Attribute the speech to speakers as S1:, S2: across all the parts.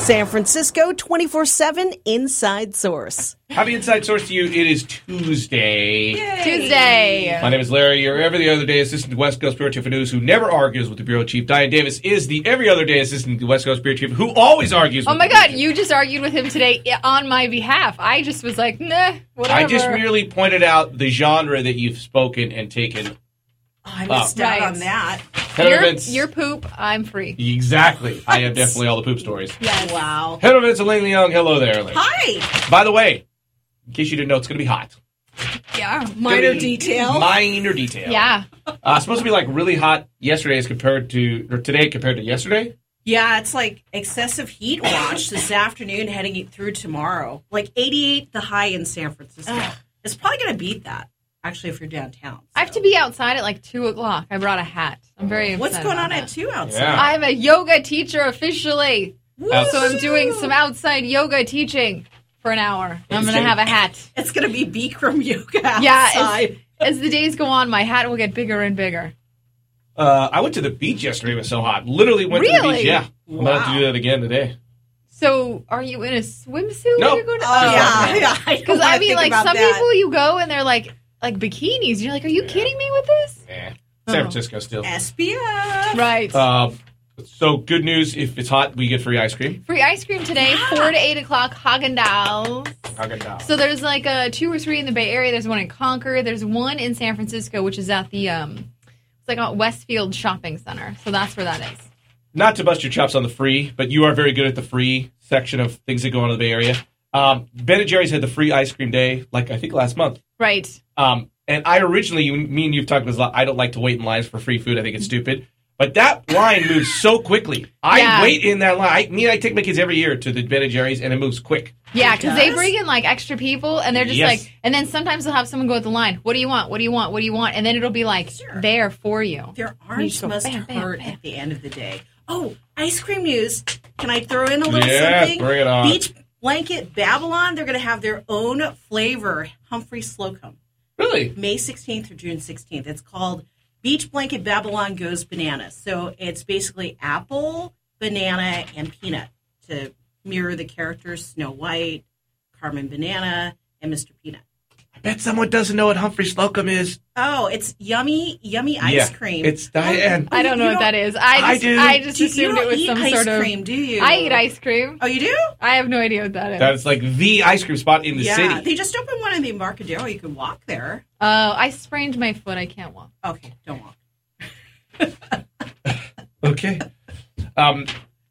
S1: San Francisco 24 7 Inside Source.
S2: Happy Inside Source to you. It is Tuesday.
S3: Tuesday.
S2: My name is Larry. Your every the other day assistant to West Coast Bureau Chief of News who never argues with the Bureau Chief. Diane Davis is the every other day assistant to West Coast Bureau Chief who always argues
S3: Oh
S2: with
S3: my
S2: the Bureau
S3: God,
S2: Chief.
S3: you just argued with him today i- on my behalf. I just was like, nah, whatever.
S2: I just merely pointed out the genre that you've spoken and taken.
S3: Oh,
S4: I
S2: Wow.
S4: missed out
S3: Right.
S4: on that.
S2: Head
S3: Your-
S2: over to-
S3: your poop, I'm free.
S2: Exactly. I have definitely all the poop stories.
S3: Yes.
S4: Wow.
S2: Head over to Elaine Young. Hello there, Elaine.
S4: Hi.
S2: By the way, in case you didn't know, it's going to be hot.
S3: Yeah.
S4: Minor
S2: Gonna be
S4: detail.
S2: Minor detail.
S3: Yeah.
S2: Uh, it's supposed to be like really hot yesterday as compared to, or today compared to yesterday.
S4: Yeah, it's like excessive heat watch this afternoon, heading it through tomorrow. Like 88, the high in San Francisco. It's probably going to beat that, actually, if you're downtown.
S3: I have to be outside at like 2 o'clock. I brought a hat. I'm very upset.
S4: What's going
S3: about
S4: on at
S3: that.
S4: 2 outside?
S2: Yeah.
S3: I'm a yoga teacher officially.
S2: Outside.
S3: So I'm doing some outside yoga teaching for an hour. I'm going to have a hat.
S4: It's going to be Bikram yoga outside.
S3: Yeah, as, as the days go on, my hat will get bigger and bigger.
S2: Uh, I went to the beach yesterday. It was so hot. Literally went to the
S3: Really?
S2: beach. Yeah. I'm going to have to
S4: Wow.
S2: do that again today.
S3: So, are you in a swimsuit?
S2: Nope.
S3: When you go to-
S4: Oh,
S2: Yeah.
S4: yeah. yeah. I don't
S3: Because
S4: wanna
S3: I mean,
S4: think
S3: like
S4: about
S3: some
S4: that.
S3: people, you go and they're like like bikinis. You're like, are you kidding me with this?
S2: Yeah.
S3: Oh.
S2: San Francisco still.
S4: SPF.
S3: Right.
S2: Uh, so good news. If it's hot, we get free ice cream.
S3: Free ice cream today, four to eight o'clock. Haagen Dazs.
S2: Haagen-Dazs.
S3: So there's like uh, two or three in the Bay Area. There's one in Concord. There's one in San Francisco, which is at the um, it's like at Westfield Shopping Center. So that's where that is.
S2: Not to bust your chops on the free, but you are very good at the free section of things that go on in the Bay Area. Um, ben and Jerry's had the free ice cream day, like I think last month.
S3: Right.
S2: Um, and I originally, you, me and you've talked about this a lot. I don't like to wait in lines for free food. I think it's stupid. But that line moves so quickly. I
S3: Yeah.
S2: wait in that line. I, me, I take my kids every year to the Ben and Jerry's, and it moves quick.
S3: Yeah, because they
S4: does?
S3: bring in like extra people, and they're just
S2: Yes.
S3: like, and then sometimes they'll have someone go at the line. What do you want? What do you want? What do you want? And then it'll be like
S4: Sure.
S3: there for you.
S4: Their
S3: You just
S4: arms
S3: go
S4: must
S3: bam, bam,
S4: hurt
S3: bam.
S4: at the end of the day. Oh, ice cream news. Can I throw in a little
S2: Yeah,
S4: something?
S2: bring it on.
S4: Beach Blanket Babylon, they're going to have their own flavor, Humphrey Slocum,
S2: Really?
S4: May 16th or June 16th. It's called Beach Blanket Babylon Goes Bananas. So it's basically apple, banana, and peanut to mirror the characters Snow White, Carmen Banana, and Mr. Peanut.
S2: I bet someone doesn't know what Humphrey Slocum is.
S4: Oh, it's yummy, yummy ice
S2: Yeah,
S4: cream.
S2: It's Diane.
S3: I don't know what that is. I just,
S2: I
S3: I
S2: do.
S3: just
S4: Do you- you
S3: assumed it
S4: don't
S3: was
S4: eat
S3: some
S4: ice
S3: sort of.
S4: cream, do you?
S3: I eat ice cream.
S4: Oh, you do?
S3: I have no idea what that is.
S2: That's like the ice cream spot in the
S4: yeah,
S2: city.
S4: they just opened one in the Embarcadero. You can walk there.
S3: Oh, I sprained my foot. I can't walk.
S4: Okay, don't walk.
S2: Okay. Um,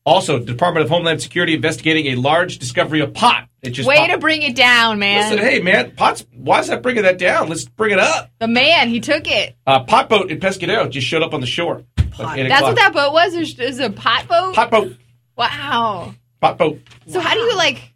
S2: also, Department of Homeland Security investigating a large discovery of pot. It just
S3: Way
S2: popped-
S3: to bring it down, man.
S2: Listen, hey man, pots. Why is that bringing that down? Let's bring it up.
S3: the man, he took it.
S2: Uh, pot boat in Pescadero just showed up on the shore. Like
S4: Pot.
S2: eight
S3: That's what
S2: o'clock.
S3: that boat was. Is is a pot boat?
S2: Pot boat.
S3: Wow.
S2: Pot boat.
S3: So how do you like?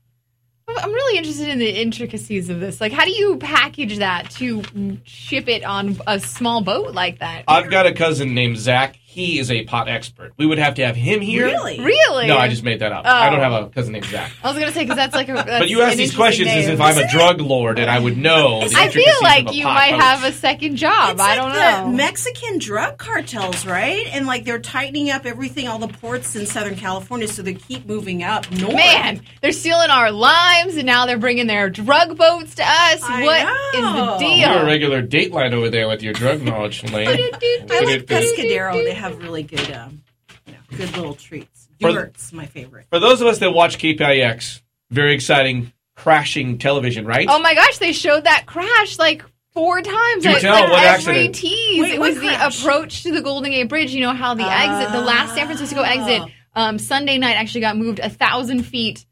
S3: I'm I'm really interested in the intricacies of this. Like, how do you package that to ship it on a small boat like that?
S2: I've got a cousin named Zach. He is a pot expert. We would have to have him here.
S4: Really?
S3: really?
S2: No, I just made that up.
S3: Oh.
S2: I don't have a cousin named Zach.
S3: I was gonna say because that's like a. That's
S2: But you ask
S3: an
S2: these
S3: interesting
S2: questions as
S3: name.
S2: if I'm a drug lord and I would know. the
S3: I feel
S2: intricacies of
S3: like
S2: a
S3: you
S2: pot
S3: might
S2: boat.
S3: have a second job.
S4: It's
S3: I
S4: like
S3: don't
S4: the
S3: know.
S4: Mexican drug cartels, right? And like they're tightening up everything, all the ports in Southern California, so they keep moving up north.
S3: Man, they're stealing our limes, and now they're bringing their drug boats to us. What
S4: I
S3: is
S4: know.
S3: the deal?
S2: You're a regular Dateline over there with your drug knowledge, Lane.
S4: I like Pescadero. They have really good, um, you know, good little treats.
S2: For-
S4: Yurts, my favorite.
S2: For those of us that watch KPIX, very exciting crashing television, right?
S3: Oh my gosh, they showed that crash like four times.
S2: Do
S3: Like,
S2: tell,
S3: like
S2: what
S3: every
S2: accident?
S3: tease.
S4: Wait,
S3: it
S4: what
S3: was
S4: crash?
S3: the approach to the Golden Gate Bridge. You know how the exit, the last San
S4: Oh.
S3: Francisco exit, um, Sunday night actually got moved a thousand feet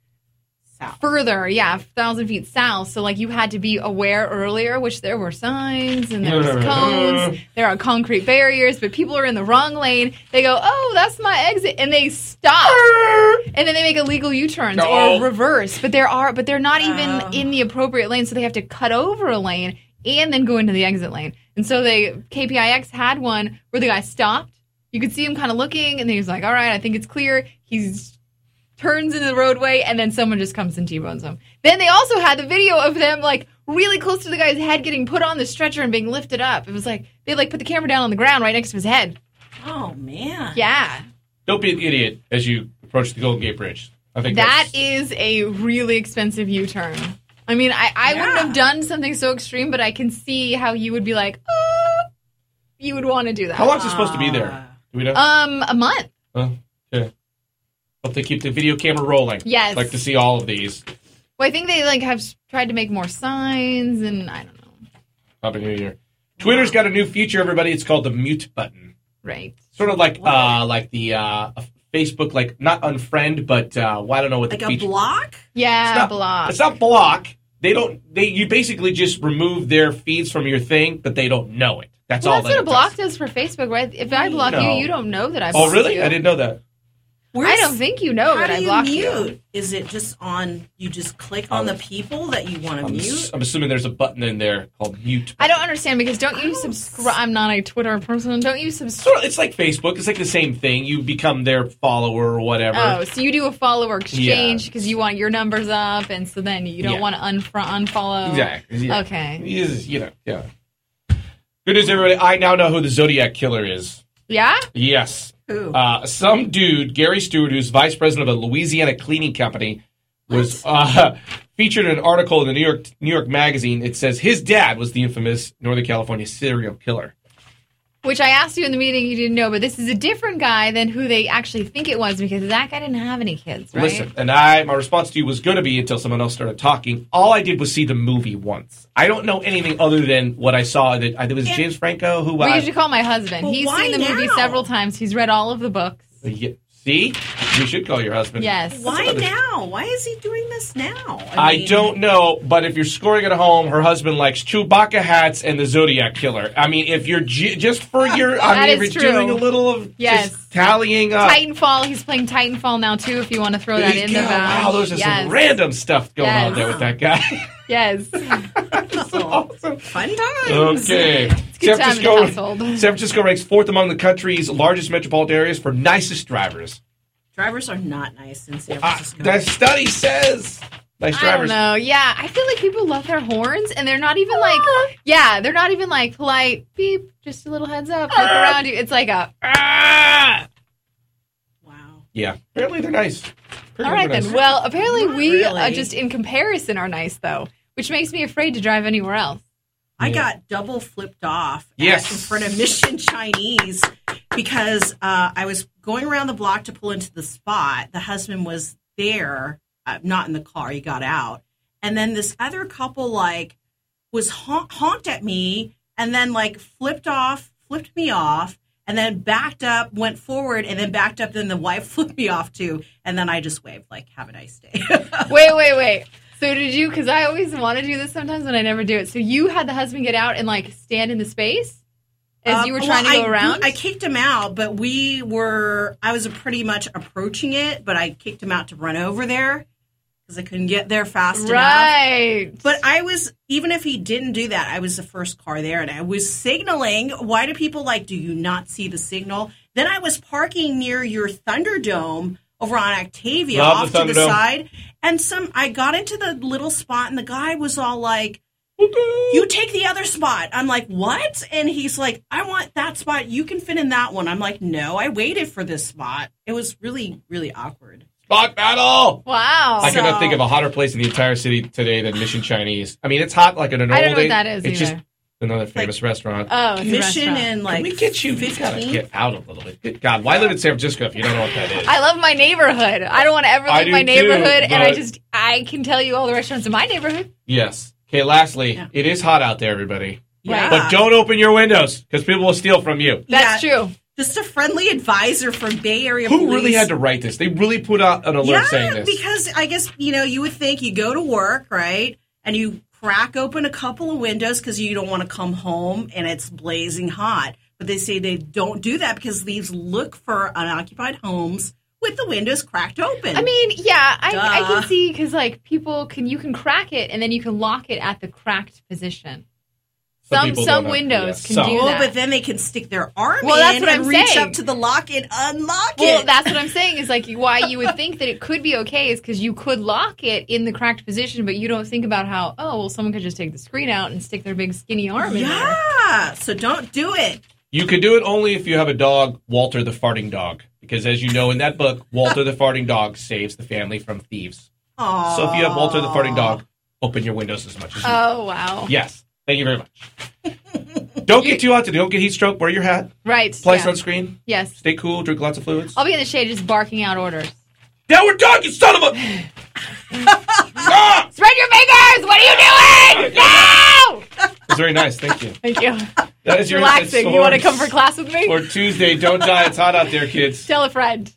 S4: South.
S3: further. Yeah, a thousand feet south. So like you had to be aware earlier, which there were signs and there was cones. There are concrete barriers, but people are in the wrong lane. They go, oh, that's my exit, and they stop. And then they make illegal U-turns
S2: No.
S3: or reverse, but there are, but they're not even
S4: Oh.
S3: in the appropriate lane, so they have to cut over a lane and then go into the exit lane. And so they KPIX had one where the guy stopped. You could see him kind of looking, and he was like, "All right, I think it's clear." He's turns into the roadway, and then someone just comes and t-bones him. Then they also had the video of them like really close to the guy's head getting put on the stretcher and being lifted up. It was like they like put the camera down on the ground right next to his head.
S4: Oh man.
S3: Yeah.
S2: Don't be an idiot as you approach the Golden Gate Bridge. I think
S3: That
S2: that's-
S3: is a really expensive U turn. I mean, I, I wouldn't
S4: Yeah.
S3: have done something so extreme, but I can see how you would be like, oh, you would want to do that.
S2: How long's it supposed to be
S3: uh,
S2: there? Do we know?
S3: Um, a month.
S2: Oh, okay. Hope they keep the video camera rolling.
S3: Yes.
S2: I'd like to see all of these.
S3: Well, I think they like have s- tried to make more signs, and I don't know.
S2: Happy New Year. Twitter's got a new feature, everybody. It's called the mute button.
S3: Right.
S2: Sort of like
S4: What?
S2: uh, like the uh, Facebook, like not unfriend, but uh, well, I don't know what
S4: Like
S2: the
S4: a
S2: feature.
S4: block?
S3: Yeah.
S2: It's not-
S3: block.
S2: It's not block. They don't. They you basically just remove their feeds from your thing, but they don't know it. That's
S3: well,
S2: all.
S3: that's what
S2: that
S3: a
S2: it
S3: block
S2: does.
S3: does for Facebook, right? If I block
S2: No.
S3: you, you don't know that I blocked
S2: Oh, really?
S3: you.
S2: I didn't know that.
S4: Where's,
S3: I don't think you know that
S4: how do
S3: I
S4: you
S3: blocked
S4: mute?
S3: you.
S4: Is it just on? You just click
S2: Um,
S4: on the people that you want to
S2: I'm,
S4: mute.
S2: am assuming there's a button in there called mute.
S3: I don't understand because don't you
S4: I don't s-
S3: subscribe? I'm not a Twitter person. Don't you subscribe?
S2: Sort of, it's like Facebook. It's like the same thing. You become their follower or whatever.
S3: Oh, so you do a follower exchange
S2: Yeah.
S3: because you want your numbers up, and so then you don't
S2: Yeah.
S3: want to unfro- unfollow.
S2: Exactly. Yeah.
S3: Okay.
S2: He is, you know, yeah. Good news, everybody. I now know who the Zodiac Killer is.
S3: Yeah.
S2: Yes.
S4: Who?
S2: Uh, some dude, Gary Stewart, who's vice president of a Louisiana cleaning company, was uh, featured in an article in the New York New York Magazine. It says his dad was the infamous Northern California serial killer.
S3: Which I asked you in the meeting, you didn't know, but this is a different guy than who they actually think it was because that guy didn't have any kids, right?
S2: Listen, and I my response to you was going to be until someone else started talking. All I did was see the movie once. I don't know anything other than what I saw. That I, it was
S4: And-
S2: James Franco who uh,
S3: We
S2: I,
S3: usually call my husband.
S4: Well,
S3: He's
S4: why
S3: seen the movie
S4: now?
S3: several times. He's read all of the books.
S2: Yeah, see. You should call your husband.
S3: Yes.
S4: Why
S2: another-
S4: now? Why is he doing this now?
S2: I
S4: mean,
S2: don't know, but if you're scoring at home, her husband likes Chewbacca hats and the Zodiac Killer. I mean, if you're j- just for your, I
S3: That
S2: mean,
S3: is
S2: if you're doing a
S3: true.
S2: little of
S3: Yes.
S2: just tallying up.
S3: Titanfall. He's playing Titanfall now too. If you want to throw that in
S2: Yeah,
S3: the vouch.
S2: wow, there's just some random stuff going on
S3: Yes.
S2: there with that guy.
S3: Yes.
S2: That's awesome.
S4: Fun times.
S2: Um, Okay.
S3: Good
S2: San
S3: time in the
S2: Francisco,
S3: household.
S2: San Francisco ranks fourth among the country's largest metropolitan areas for nicest drivers.
S4: Drivers are not nice in San
S2: Uh,
S4: Francisco.
S2: that study says nice
S3: I don't
S2: drivers.
S3: know. Yeah, I feel like people love their horns, and they're not even like, yeah, they're not even like polite. Beep, just a little heads up, look around you. It's like a,
S2: Ah!
S4: wow.
S2: Yeah, apparently they're nice.
S3: all right
S2: Nice.
S3: then. Well, apparently we uh,
S4: Really?
S3: just in comparison are nice though, which makes me afraid to drive anywhere else.
S4: I
S2: Yeah.
S4: got double flipped off at-
S2: Yes.
S4: in front of Mission Chinese because uh, I was going around the block to pull into the spot. The husband was there, uh, not in the car. He got out, and then this other couple like was hon- honked at me, and then like flipped off, flipped me off, and then backed up, went forward, and then backed up. Then the wife flipped me off too, and then I just waved like, "Have a nice day."
S3: Wait, wait, wait. So did you? Because I always want to do this sometimes, and I never do it. So you had the husband get out and like stand in the space as
S4: Uh,
S3: you were
S4: well,
S3: trying to
S4: I
S3: go
S4: do-
S3: around.
S4: I kicked him out, but we were, I was pretty much approaching it, but I kicked him out to run over there because I couldn't get there fast enough.
S3: right.
S4: But I was, even if he didn't do that, I was the first car there and I was signaling. Why do people like, do you not see the signal? Then I was parking near your Thunderdome over on Octavia
S2: Love
S4: off
S2: the
S4: to the
S2: Thunderdome.
S4: side. And some, I got into the little spot and the guy was all like, you take the other spot. I'm like, what? And he's like, I want that spot. You can fit in that one. I'm like, no, I waited for this spot. It was really, really awkward.
S2: Spot battle.
S3: wow.
S2: I cannot
S4: So-
S2: think of a hotter place in the entire city today than Mission Chinese. I mean, it's hot like in an
S3: I don't
S2: old
S3: know what
S2: day.
S3: that is
S2: It's just
S3: either.
S2: another famous restaurant.
S3: oh, it's a
S4: Mission
S3: restaurant.
S4: and
S2: Can
S4: like
S2: we get you? We gotta
S4: 15?
S2: get out a little bit. Good God, why live in San Francisco if you don't know what that is?
S3: I love my neighborhood. I don't want to ever
S2: I
S3: leave
S2: do
S3: my
S2: too,
S3: neighborhood, and I
S2: but-
S3: just I can tell you all the restaurants in my neighborhood.
S2: yes. Okay. Lastly,
S4: Yeah.
S2: it is hot out there, everybody.
S3: Ah.
S4: Yeah.
S2: But don't open your windows because people will steal from you.
S3: That's
S4: Yeah,
S3: true.
S4: Just a friendly advisor from Bay Area
S2: Who
S4: police.
S2: really had to write this? They really put out an alert
S4: yeah,
S2: saying this.
S4: because I guess, you know, you would think you go to work, right? And you crack open a couple of windows because you don't want to come home and it's blazing hot. But they say they don't do that because thieves look for unoccupied homes with the windows cracked open.
S3: I mean, yeah, I, I
S4: Duh.
S3: can see because like people can you can crack it and then you can lock it at the cracked position. Some
S2: people
S3: some,
S2: don't know-
S3: windows
S2: yeah,
S3: can
S2: some.
S3: do
S4: Well,
S3: that.
S4: Oh, but then they can stick their arm
S3: Well, that's
S4: in
S3: what
S4: and
S3: I'm
S4: reach
S3: saying.
S4: up to the lock and unlock
S3: well,
S4: it.
S3: that's what I'm saying is like why you would think that it could be okay is because you could lock it in the cracked position, but you don't think about how oh well someone could just take the screen out and stick their big skinny arm in there.
S4: yeah. So don't do it.
S2: You could do it only if you have a dog, Walter the Farting Dog, because as you know in that book, Walter the Farting Dog saves the family from thieves.
S4: Aww.
S2: So if you have Walter the Farting Dog, open your windows as much as you
S3: Oh wow.
S2: Yes. Thank you very much. Don't get too hot today. Don't get heat stroke. Wear your hat.
S3: Right.
S2: Apply
S3: yeah.
S2: sunscreen.
S3: Yes.
S2: Stay cool. Drink lots of fluids.
S3: I'll be in the shade just barking out orders.
S2: Downward dog, you son of a. ah!
S3: Spread your fingers! What are you doing? No!
S2: It's very nice. Thank you.
S3: Thank you.
S2: That is
S3: It's
S2: your
S3: relaxing. You want to come for
S2: class?
S3: class with me?
S2: Or Tuesday. Don't die. It's hot out there, kids.
S3: Tell a friend.